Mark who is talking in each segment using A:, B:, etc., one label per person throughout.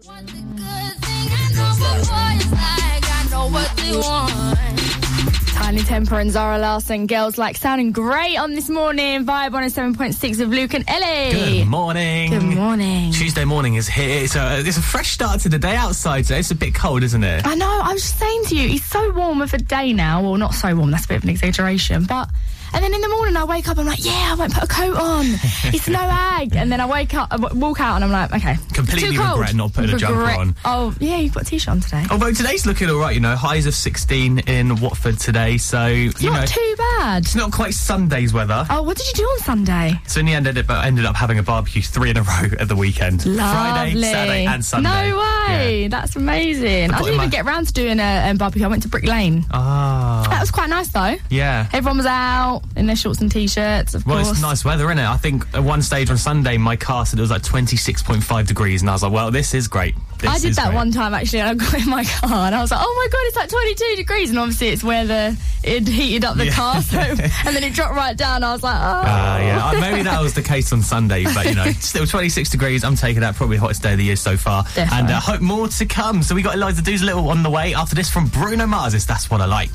A: One good thing I know what boys like, I know what they want.
B: Tiny Temper and Zara Larson, girls like sounding great on this morning. Vibe on a seven point six of Luke and Ellie.
C: Good morning.
B: Good morning.
C: Tuesday morning is here. It's a, it's a fresh start to the day outside today. It's a bit cold, isn't it?
B: I know. I was just saying to you, it's so warm of a day now. Well, not so warm. That's a bit of an exaggeration, but. And then in the morning, I wake up. I'm like, yeah, I won't put a coat on. It's no ag. And then I wake up, I w- walk out, and I'm like, okay,
C: Completely
B: too cold.
C: regret not putting a jumper
B: Regret-
C: on. Oh,
B: Oh yeah, you've got a t-shirt on today.
C: Although today's looking all right, you know, highs of 16 in Watford today. So, you
B: not
C: know,
B: too bad.
C: it's not quite Sunday's weather.
B: Oh, what did you do on Sunday?
C: So in the end, ended up, uh, ended up having a barbecue three in a row at the weekend. Friday,
B: Lovely.
C: Saturday, and Sunday.
B: No way. That's amazing. I
C: put in
B: didn't even
C: my-
B: get round to doing a um, barbecue. I went to Brick Lane.
C: Ah,
B: That was quite nice though.
C: yeah.
B: Everyone was out in their shorts and t-shirts, of
C: Well,
B: course.
C: it's nice weather, isn't it? I think at one stage on Sunday, my car said it was like 26.5 degrees, and I was like, well, this is great. This
B: I did
C: is
B: that
C: great.
B: one time actually, and I got in my car and I was like, "Oh my god, it's like 22 degrees!" And obviously, it's where the it heated up the
C: Yeah.
B: car, so and then it dropped right down. I was like, "Oh,
C: Uh, yeah, Uh, maybe that was the case on Sunday, but you know, still 26 degrees. I'm taking that probably hottest day of the year so far,
B: Definitely.
C: and uh, hope more to come. So we got Eliza Do's little on the way after this from Bruno Mars. It's that's what I like.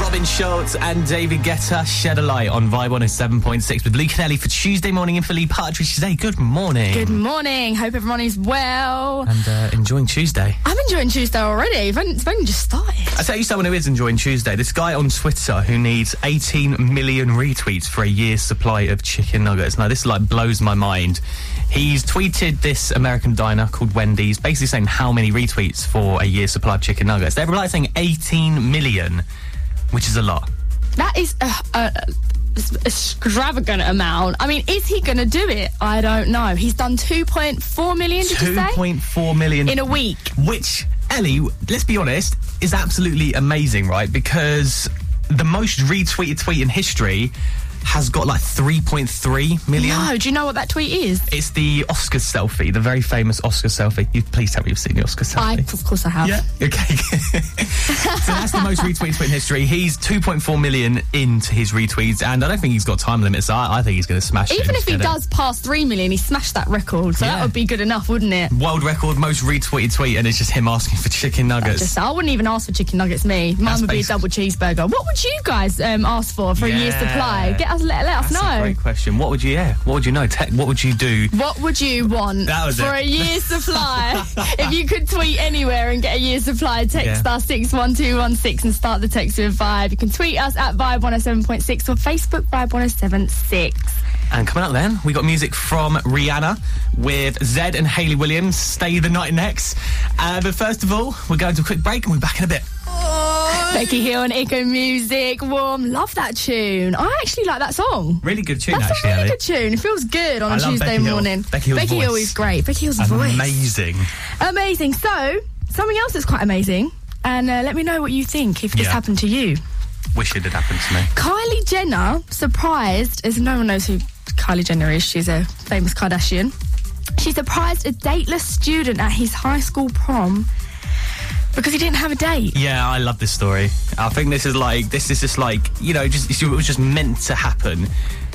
C: Robin Schultz and David Guetta shed a light on Vibe 107.6 with Lee Kennelly for Tuesday morning and for Lee Partridge today. Good morning,
B: good morning. Hope everyone is well."
C: and uh, enjoying Tuesday.
B: I'm enjoying Tuesday already. It's only it's only just started.
C: I tell you someone who is enjoying Tuesday. This guy on Twitter who needs 18 million retweets for a year's supply of chicken nuggets. Now this like blows my mind. He's tweeted this American diner called Wendy's, basically saying how many retweets for a year's supply of chicken nuggets. They're like saying 18 million, which is a lot.
B: That is a, a, a extravagant amount. I mean, is he going to do it? I don't know. He's done 2.4 million. Did you say
C: 2.4 million
B: in a week?
C: which Ellie, let's be honest, is absolutely amazing, right? Because the most retweeted tweet in history has got like 3.3 million.
B: No. Do you know what that tweet is?
C: It's the Oscar selfie, the very famous Oscar selfie. You please tell me you've seen the Oscar
B: I,
C: selfie.
B: of course, I have.
C: yeah. Okay. so that's the most retweets in history. He's 2.4 million into his retweets, and I don't think he's got time limits. I, I think he's going to smash it.
B: Even
C: and
B: if he
C: get it.
B: does pass three million, he smashed that record, so
C: Yeah.
B: that would be good enough, wouldn't it?
C: World record, most retweeted tweet, and it's just him asking for chicken nuggets.
B: Just, I wouldn't even ask for chicken nuggets. Me, mine
C: That's
B: would be a
C: basic.
B: double cheeseburger. What would you guys um, ask for for a year's
C: Yeah.
B: supply? Get us, let, let us
C: That's a
B: know.
C: great question. What would you? Yeah. What would you know? Tech, what would you do?
B: What would you want
C: That was
B: for a
C: it.
B: year's supply? if you could tweet anywhere and get a year's supply, text
C: Yeah.
B: star six one two one six and start the text with vibe. You can tweet us at vibe one hundred seven point six or Facebook vibe one hundred seven six.
C: And coming up then, we got music from Rihanna with Zed and Haley Williams. Stay the night next. Uh, but first of all, we're going to a quick break and we're back in a bit.
B: Becky Hill and Echo Music, warm. Love that tune. I actually like that song.
C: Really good tune,
B: That's
C: actually.
B: a really
C: Ellie.
B: good tune. It feels good on
C: I
B: a
C: love
B: Tuesday
C: Becky Hill.
B: morning.
C: Becky Hill's voice.
B: is great. Becky Hill's voice.
C: Amazing.
B: Amazing. So, something else that's quite amazing. And uh, let me know what you think if this
C: Yeah.
B: happened to you.
C: Wish it had happened to me.
B: Kylie Jenner, surprised, as no one knows who Kylie Jenner is, she's a famous Kardashian. She surprised a dateless student at his high school prom because he didn't have a date.
C: Yeah, I love this story. I think this is like this is just like you know just it was just meant to happen.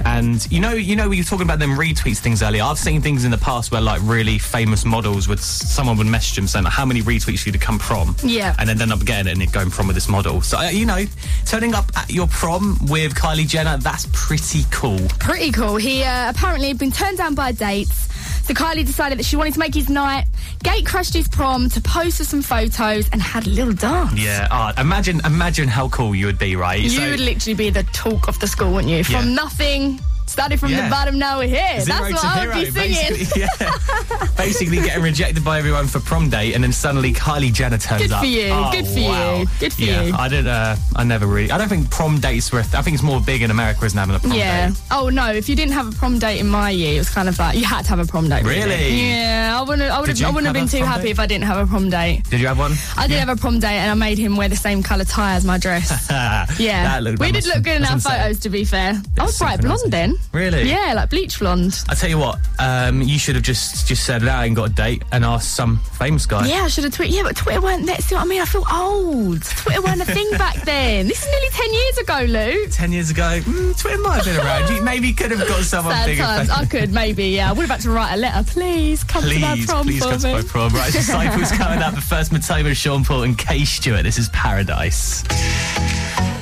C: And you know, you know, we were talking about them retweets things earlier. I've seen things in the past where like really famous models would someone would message them saying like, how many retweets you'd have come from.
B: Yeah.
C: And then they end up getting it and it going from with this model. So uh, you know, turning up at your prom with Kylie Jenner, that's pretty cool.
B: pretty cool. He uh, apparently had been turned down by dates. So Kylie decided that she wanted to make his night, gate crashed his prom to pose for some photos and had a little dance.
C: Yeah. Uh, imagine, imagine how cool you would be, right?
B: You
C: So-
B: would literally be the talk of the school, wouldn't you? From
C: Yeah.
B: nothing, started from
C: Yeah.
B: the bottom, now we're here.
C: Zero
B: That's what
C: to
B: I
C: hero,
B: would be singing.
C: Basically, yeah. basically getting rejected by everyone for prom date, and then suddenly Kylie Jenner turns
B: Good for
C: up. Oh,
B: you, good for you, good for
C: yeah,
B: you.
C: I did. Uh, I never really. I don't think prom dates were. a th- I think it's more big in America isn't having a prom
B: Yeah.
C: date.
B: Oh no, if you didn't have a prom date in my year, it was kind of like you had to have a prom date.
C: Really?
B: Yeah, I wouldn't. I would
C: Did you
B: have. I wouldn't have
C: have
B: been
C: a
B: too
C: prom
B: happy
C: date?
B: if I didn't have a prom date.
C: Did you have one?
B: I did have a prom date, and I made him wear the same colour tie as my dress.
C: Ah,
B: Yeah,
C: that looked,
B: we
C: that
B: did
C: must-
B: look good in
C: that's
B: our
C: insane.
B: photos. To be fair, I was bright
C: synchronisation.
B: blonde then.
C: Really?
B: Yeah, like bleach blonde.
C: I tell you what, um, you should have just just said that and got a date and asked some famous guy.
B: Yeah, I should have tweeted. Yeah, but Twitter weren't. That's see what I mean. I feel old. Twitter weren't a thing back then. This is nearly ten years ago, Luke.
C: Ten years ago, mm, Twitter might have been around. You maybe could have got someone
B: Sad
C: bigger.
B: times. I could maybe. Yeah, I would have had to write a letter. Please come to my
C: Please,
B: prom
C: please
B: for
C: go to
B: me.
C: my prom. Right, Disciples coming up. But first, Matoma, Sean Paul, and Kay Stewart. This is Paradise.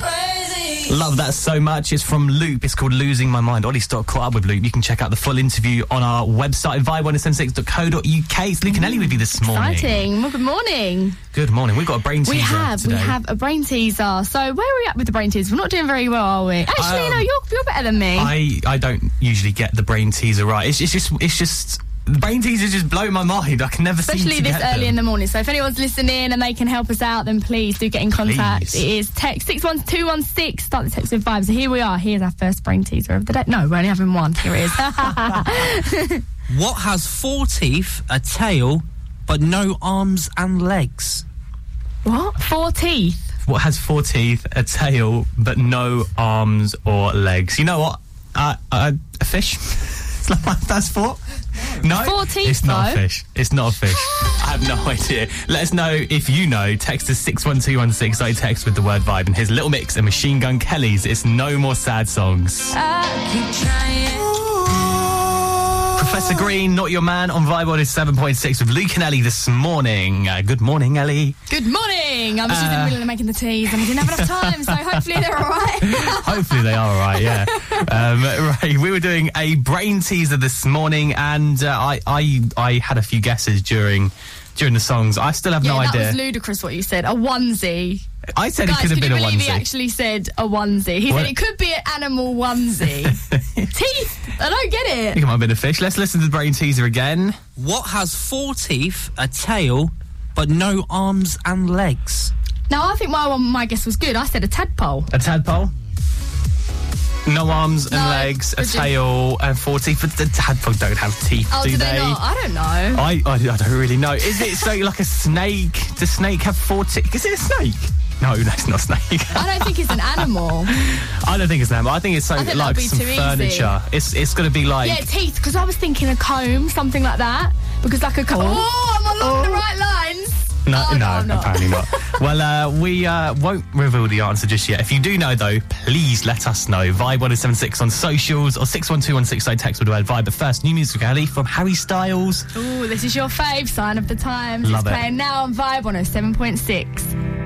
A: Crazy.
C: Love that so much. It's from Loop. It's called Losing My Mind. Ollie Stock caught up with Loop. You can check out the full interview on our website, vibe1076.co.uk. It's Luke and Ellie with you this morning.
B: Exciting. Well, good morning.
C: Good morning. We've got a brain teaser
B: We have
C: today.
B: we have a brain teaser. So where are we at with the brain teaser? We're not doing very well, are we? Actually,
C: Um,
B: no. You're you're better than me.
C: I, I don't usually get the brain teaser right. It's, it's just it's just the brain teasers just blow my mind. I can never
B: Especially
C: seem to
B: this
C: get
B: early
C: them.
B: in the morning. So if anyone's listening and they can help us out, then please do get in contact.
C: Please.
B: It is text 61216. Start the text with five. So here we are. Here's our first brain teaser of the day. No, we're only having one. Here it is.
D: What has four teeth, a tail, but no arms and legs?
B: what? Four teeth.
C: What has four teeth, a tail, but no arms or legs? You know what? Uh, uh, a fish. It's like, what, That's four. No,
B: Four teeth,
C: It's not
B: though.
C: a fish. It's not a fish. I have no idea. Let us know if you know. Text us six one two one six. I text with the word vibe and his little mix and Machine Gun Kelly's. It's no more sad songs.
B: Uh, Oh.
C: Professor Green, not your man on Vibe on his seven point six with Luke and Ellie this morning. Uh, good morning, Ellie.
B: Good morning. I'm just
C: Uh,
B: in the middle of making the teas and we didn't have enough time, so hopefully they're all right.
C: Hopefully they are all right. Yeah. Um, right. We were doing a brain teaser this morning, and uh, I, I I had a few guesses during during the songs. I still have
B: yeah,
C: no
B: that
C: idea.
B: was ludicrous what you said. A onesie.
C: I said it
B: Guys,
C: could
B: can
C: have
B: you
C: been a
B: believe
C: onesie.
B: he actually said a onesie? He
C: What?
B: said it could be an animal onesie. Teeth. I don't get it.
C: I think it might have been a fish. Let's listen to the brain teaser again.
D: What has four teeth, a tail, but no arms and legs?
B: No, I think my one, my guess was good. I said a tadpole.
C: A tadpole. No arms and
B: No,
C: legs, a
B: would you-
C: tail, and four teeth. But the tadpole don't have teeth,
B: Oh,
C: do
B: do they, not? I don't know.
C: I, I, I don't really know. Is it so like a snake? Does snake have four teeth? Is it a snake? No, that's not a snake.
B: I don't think it's an animal.
C: I don't think it's that. But I think it's something
B: think
C: like
B: that'd be
C: some
B: too easy.
C: furniture. It's it's going to be like
B: yeah, teeth. Because I was thinking a comb, something like that. Because like a comb. Oh, I'm along the right lines.
C: no,
B: Oh,
C: no,
B: I'm not.
C: apparently not. well, uh, we uh, won't reveal the answer just yet. If you do know though, please let us know. Vibe one zero seven six on socials or six one two one six eight text with the word vibe. But first, new music alley from Harry Styles.
B: Ooh, this is your fave sign of the times.
C: Love
B: it's
C: it.
B: playing now on Vibe 107.6.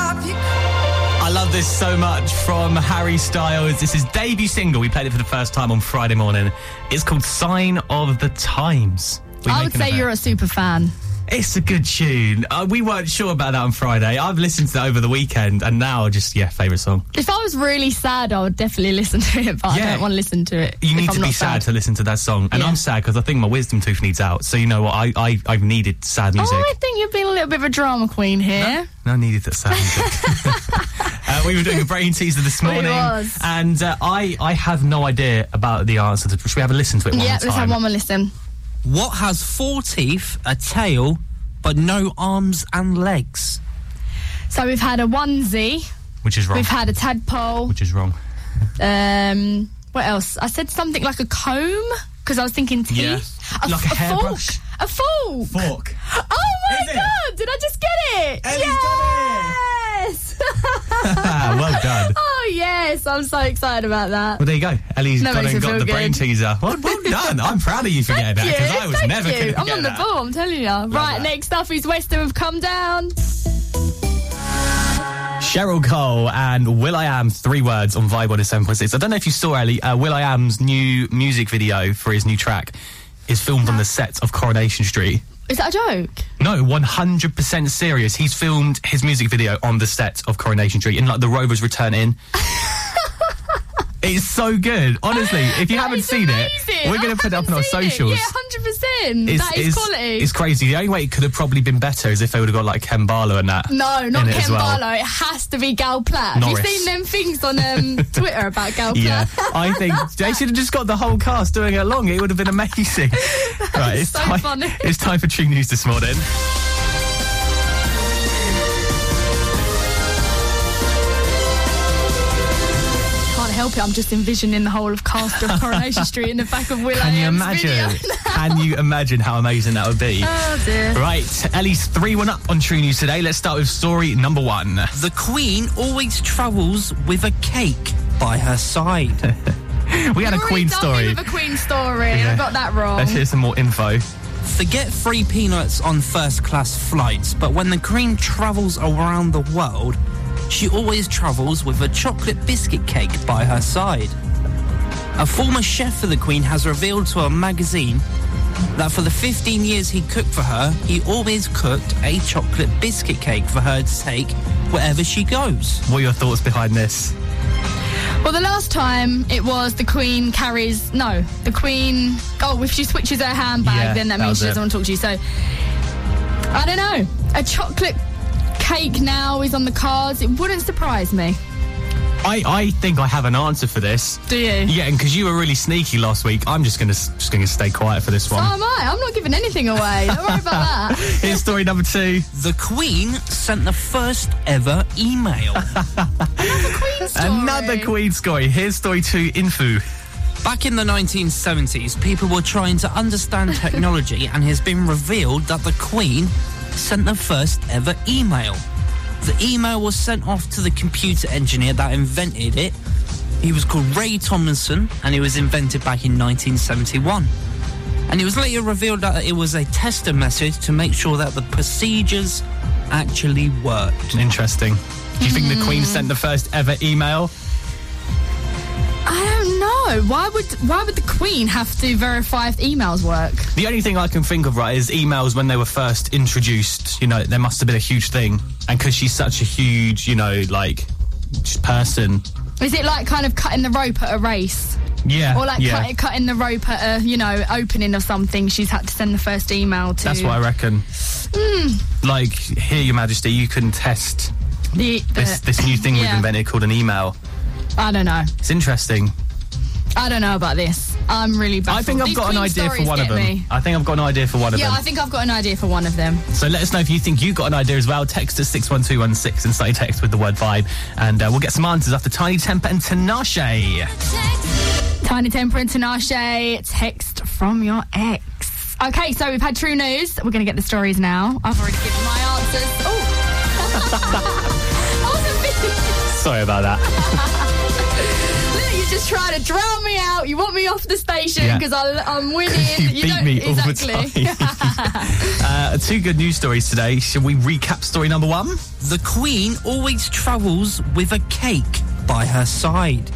C: I love this so much from Harry Styles. This is debut single. We played it for the first time on Friday morning. It's called Sign of the Times. We
B: I would
C: making of
B: say
C: it.
B: you're a super fan.
C: It's a good tune. Uh, we weren't sure about that on Friday. I've listened to that over the weekend, and now just yeah, favorite song.
B: If I was really sad, I would definitely listen to it, but I
C: Yeah.
B: don't want to listen to it.
C: You
B: if
C: need
B: I'm
C: to be
B: not
C: sad to listen to that song, and
B: Yeah.
C: I'm sad because I think my wisdom tooth needs out. So you know what? I I I've needed sad
B: Oh,
C: music.
B: I think you've been a little bit of a drama queen here.
C: No, I needed that sad music. uh, we were doing a brain teaser this
B: We
C: morning,
B: was.
C: and uh, I I have no idea about the answer. To, should we have a listen to it one
B: Mm, yeah,
C: more
B: let's
C: time?
B: have one more listen.
D: What has four teeth, a tail, but no arms and legs?
B: So we've had a onesie,
C: Which is wrong.
B: we've had a tadpole,
C: Which is wrong.
B: Um, what else? I said something like a comb because I was thinking teeth.
C: Yeah.
B: A,
C: Like a
B: fork.
C: hairbrush.
B: A fork.
C: Fork.
B: Oh my
C: Is it?
B: god! Did I just get it?
C: Ellie's
B: yes.
C: Ah, well done.
B: oh yes! I'm so excited about that.
C: Well, there you go. Ellie's
B: That
C: gone
B: makes
C: and
B: me
C: got
B: feel
C: the brain
B: good.
C: teaser. Well, well done. I'm proud of you for getting that
B: Thank
C: because
B: you,
C: I was
B: thank
C: never going
B: you.
C: to
B: I'm on the ball. I'm telling you. right,
C: that.
B: next up is Western. We've come down.
C: Cheryl Cole and Will I Am, three words on Vibe 107.6. I don't know if you saw, Ellie, uh, Will I Am's new music video for his new track is filmed on the set of Coronation Street.
B: Is that a joke?
C: No, 100% serious. He's filmed his music video on the set of Coronation Street in like the Rovers Return Inn. it's so good. Honestly, if you
B: That
C: haven't
B: is
C: seen it,
B: amazing.
C: we're going
B: I
C: to put it up on
B: haven't
C: our
B: seen it.
C: socials.
B: Yeah, hundred percent.
C: It's-
B: That is
C: it's-
B: quality.
C: It's crazy. The only way it could have probably been better is if they would have got like Ken Barlow and that.
B: No, not
C: in it as
B: Ken
C: well.
B: Barlow. It has to be Gal Platt. Have you
C: Norris.
B: seen them things on um, Twitter about Gal Platt?
C: Yeah, I think they should have just got the whole cast doing it along. It would have been amazing. right, it's
B: so
C: time.
B: funny.
C: It's time for True News this morning.
B: Can't help it. I'm just envisioning the whole of Castor of Coronation Street in the back of Will
C: Can you
B: Am's
C: imagine?
B: video.
C: Can you imagine how amazing that would be?
B: Oh dear.
C: Right, Ellie's 3 1 up on True News today. Let's start with story number one.
D: The Queen always travels with a cake by her side.
C: We had a
B: You've already done me
C: Queen story.
B: With a Queen story. and
C: Yeah.
B: I got that wrong.
C: Let's hear some more info.
D: Forget free peanuts on first class flights, but when the Queen travels around the world, she always travels with a chocolate biscuit cake by her side. A former chef for the Queen has revealed to a magazine that for the 15 years he cooked for her, he always cooked a chocolate biscuit cake for her to take wherever she goes.
C: What are your thoughts behind this?
B: Well, the last time it was the Queen carries no, the Queen. Oh, if she switches her handbag,
C: Yeah,
B: then that,
C: that was
B: means she
C: it.
B: doesn't want to talk to you. So I don't know. A chocolate cake now is on the cards. It wouldn't surprise me.
C: I, I think I have an answer for this.
B: Do you?
C: Yeah, and because you were really sneaky last week, I'm just gonna s- just gonna stay quiet for this
B: So
C: one.
B: Oh, am I. I'm not giving anything away. Don't worry about that.
C: Here's story number two.
D: The Queen sent the first ever email.
B: Queen story.
C: Another Queen story. Here's story two. Info.
D: Back in the 1970s, people were trying to understand technology, and has been revealed that the Queen sent the first ever email. The email was sent off to the computer engineer that invented it. He was called Ray Tomlinson, and it was invented back in 1971. And it was later revealed that it was a tester message to make sure that the procedures actually worked.
C: Interesting. Do you think the Queen
B: Hmm.
C: sent the first ever email?
B: I don't know. Why would why would the Queen have to verify if emails work?
C: The only thing I can think of, right, is emails when they were first introduced. You know, there must have been a huge thing, and because she's such a huge, you know, like sh- person.
B: Is it like kind of cutting the rope at a race?
C: Yeah.
B: Or like
C: yeah.
B: cut, cutting the rope at a, you know, opening of something. She's had to send the first email to
C: That's what I reckon.
B: Hmm.
C: Like, here, Your Majesty, you can test
B: the, the-
C: this this new thing we've
B: Uh, Yeah.
C: invented called an email.
B: I don't know.
C: It's interesting.
B: I don't know about this. I'm really baffled.
C: I think I've
B: These
C: got an
B: Queen
C: idea for
B: stories
C: one of
B: get
C: them.
B: me.
C: I think I've got an idea for one of
B: Yeah,
C: them.
B: I think I've got an idea for one of them.
C: So let us know if you think you got an idea as well. Text us 61216 and start your text with the word vibe. And uh, we'll get some answers after Tiny Temper and Tinashe.
B: Tiny Temper and Tinashe, text from your ex. Okay, so we've had true news. We're going to get the stories now. I've already given my answers. Oh! I wasn't busy.
C: Sorry about that.
B: Look, you're just trying to drown me out. You want me off the station
C: Yeah.
B: because I'm winning.
C: you beat
B: don't-
C: me
B: exactly.
C: all the time. uh, two good news stories today. Should we recap story number one?
D: The Queen always travels with a cake by her side.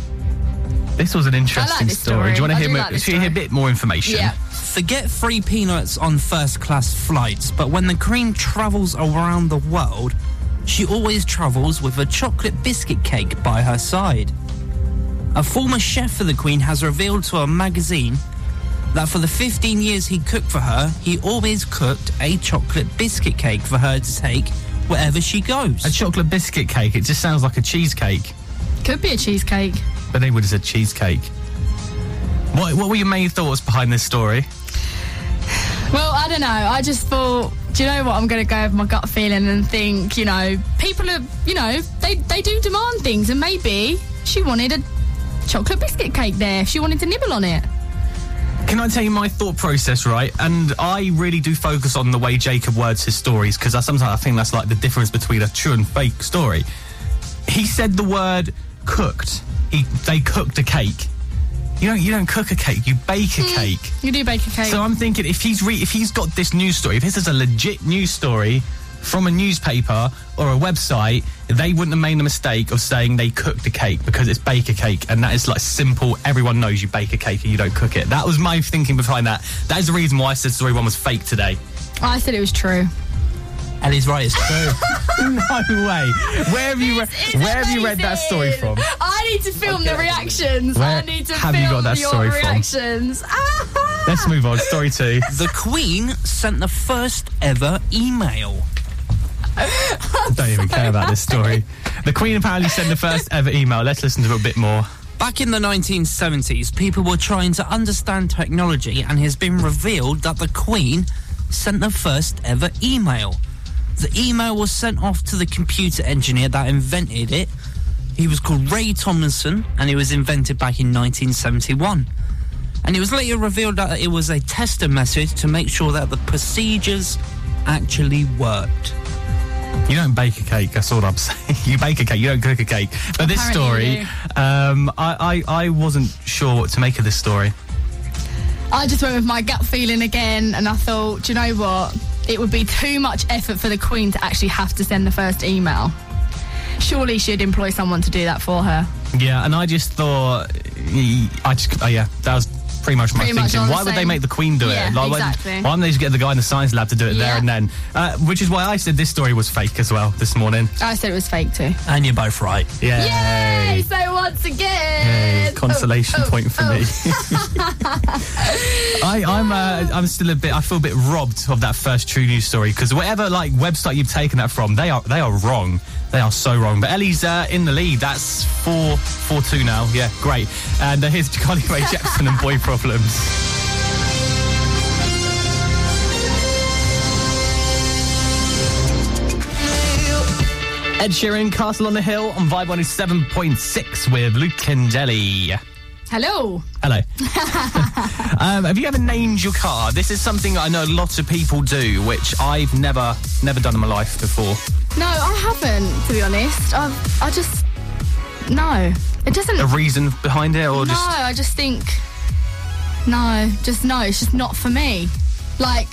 C: This was an interesting
B: this story.
C: Do you want
B: I
C: to hear,
B: do
C: mo-
B: like this
C: should we hear a
B: story.
C: bit more information?
B: Yeah.
D: Forget free peanuts on first class flights, but when the Queen travels around the world, she always travels with a chocolate biscuit cake by her side. A former chef for the Queen has revealed to a magazine that for the 15 years he cooked for her, he always cooked a chocolate biscuit cake for her to take wherever she goes.
C: A chocolate biscuit cake. It just sounds like a cheesecake,
B: Could be a cheesecake.
C: but they would have said cheesecake. What, what were your main thoughts behind this story?
B: Well, I don't know. I just thought, do you know what? I'm going to go with my gut feeling and think, you know, people are, you know, they, they do demand things, and maybe she wanted a chocolate biscuit cake there. She wanted to nibble on it.
C: Can I tell you my thought process, right? And I really do focus on the way Jacob words his stories because I sometimes I think that's like the difference between a true and fake story. He said the word cooked. He, they cooked a cake. You don't you don't cook a cake. You bake a cake.
B: You do bake a cake.
C: So I'm thinking if he's re- if he's got this news story, if this is a legit news story from a newspaper or a website, they wouldn't have made the mistake of saying they cooked a cake because it's bake a cake, and that is like simple. Everyone knows you bake a cake and you don't cook it. That was my thinking behind that. That is the reason why I said story one was fake today.
B: I said it was true.
D: Ellie's right, it's true.
C: No way. Where have you re- where have you read that story from?
B: I need to film the reactions.
C: Where
B: I need to
C: have you
B: film
C: got that
B: your
C: story from?
B: reactions. Ah!
C: Let's move on. Story two.
D: the Queen sent the first ever email.
C: Don't even care about this story. The Queen apparently sent the first ever email. Let's listen to it a bit more.
D: Back in the 1970s, people were trying to understand technology, and it has been revealed that the Queen sent the first ever email. The email was sent off to the computer engineer that invented it. He He was called Ray Tomlinson and it was invented back in 1971. And it was later revealed that it was a tester message to make sure that the procedures actually worked.
C: You don't bake a cake. That's all I'm saying. You bake a cake. You don't cook a cake. But this
B: Apparently
C: story,
B: you
C: um, I, I I wasn't sure what to make of this story.
B: I just went with my gut feeling again, and I thought, do you know what? It would be too much effort for the Queen to actually have to send the first email. Surely she'd employ someone to do that for her.
C: Yeah, and I just thought, y- I just, oh yeah, that was pretty much my
B: Pretty much
C: thinking.
B: on the
C: why would they
B: same-
C: make the Queen do
B: Yeah,
C: it? why-
B: exactly.
C: Why don't they just get the guy in the science lab to do it there
B: Yeah.
C: and then? Uh, which is why I said this story was fake as well this morning.
B: I said it was fake too.
D: And you're both right.
C: Yeah.
B: Uh, Yay! So once again,
C: Consolation
B: Oh, oh,
C: point for
B: oh.
C: me. I, I'm uh, I'm still a bit. I feel a bit robbed of that first true news story because whatever like website you've taken that from, they are they are wrong. They are so wrong. But Ellie's uh, in the lead. That's four four two now. Yeah, great. And uh, here's Carly Rae Jepsen and Boy Problems. Ed Sheeran, Castle on the Hill on Vibe 107.6 with Luke Kendelly.
B: Hello.
C: Hello. um, have you ever named your car? This is something I know lots of people do, which I've never, never done in my life before.
B: No, I haven't. To be honest, I I just no. It doesn't.
C: A reason behind it,
B: no,
C: or just
B: I just think no, just no. It's just not for me. Like.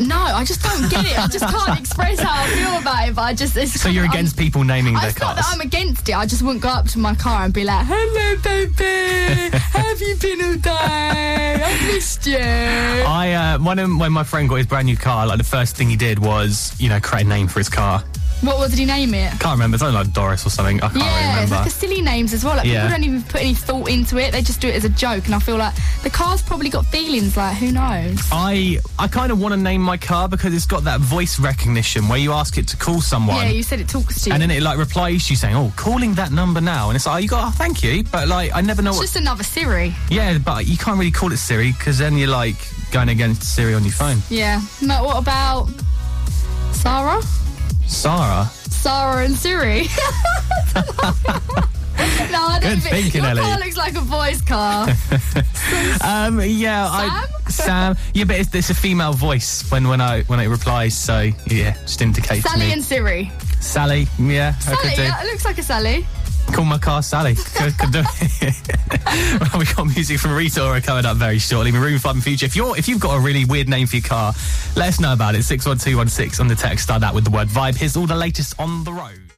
B: No, I just don't get it. I just can't express how I feel about it. But I just it's
C: so you're against people naming
B: i
C: their
B: it's not that
C: cars?
B: I'm against it. I just wouldn't go up to my car and be like, "Hello, baby, have you been all day? I missed you."
C: I uh, when um, when my friend got his brand new car, like the first thing he did was you know create a name for his car.
B: What was did he name it?
C: Can't remember something like Doris or something. I can't
B: Yeah, it's
C: remember.
B: like a silly names as well. Like
C: Yeah.
B: people don't even put any thought into it. They just do it as a joke, and I feel like the car's probably got feelings. Like who knows?
C: I I kind of want to name my car because it's got that voice recognition where you ask it to call someone.
B: Yeah, you said it talks to you.
C: and then it like replies to you saying, "Oh, calling that number now," and it's like, oh, "You got, oh, thank you," but like, I never know
B: it's
C: what.
B: just another Siri.
C: yeah, but you can't really call it Siri because then you're like going against Siri on your phone.
B: Yeah. But what about Sarah?
C: Sarah,
B: Sarah and Siri. no, I don't
C: Good
B: think
C: thinking,
B: your car
C: Ellie.
B: looks like a boy's car.
C: um, yeah, I, Sam, yeah, but it's, it's a female voice when when I when it replies, so yeah, just indicates
B: Sally
C: me.
B: and Siri.
C: Sally, yeah, I
B: Sally,
C: could do.
B: yeah, it looks like a Sally.
C: Call my car Sally. Could, could do it. well, we got music from Rita Ora coming up very shortly. Maroon Five and Future. If you're if you've got a really weird name for your car, let us know about it. Six one two one six on the text. Start that with the word vibe. Here's all the latest on the road.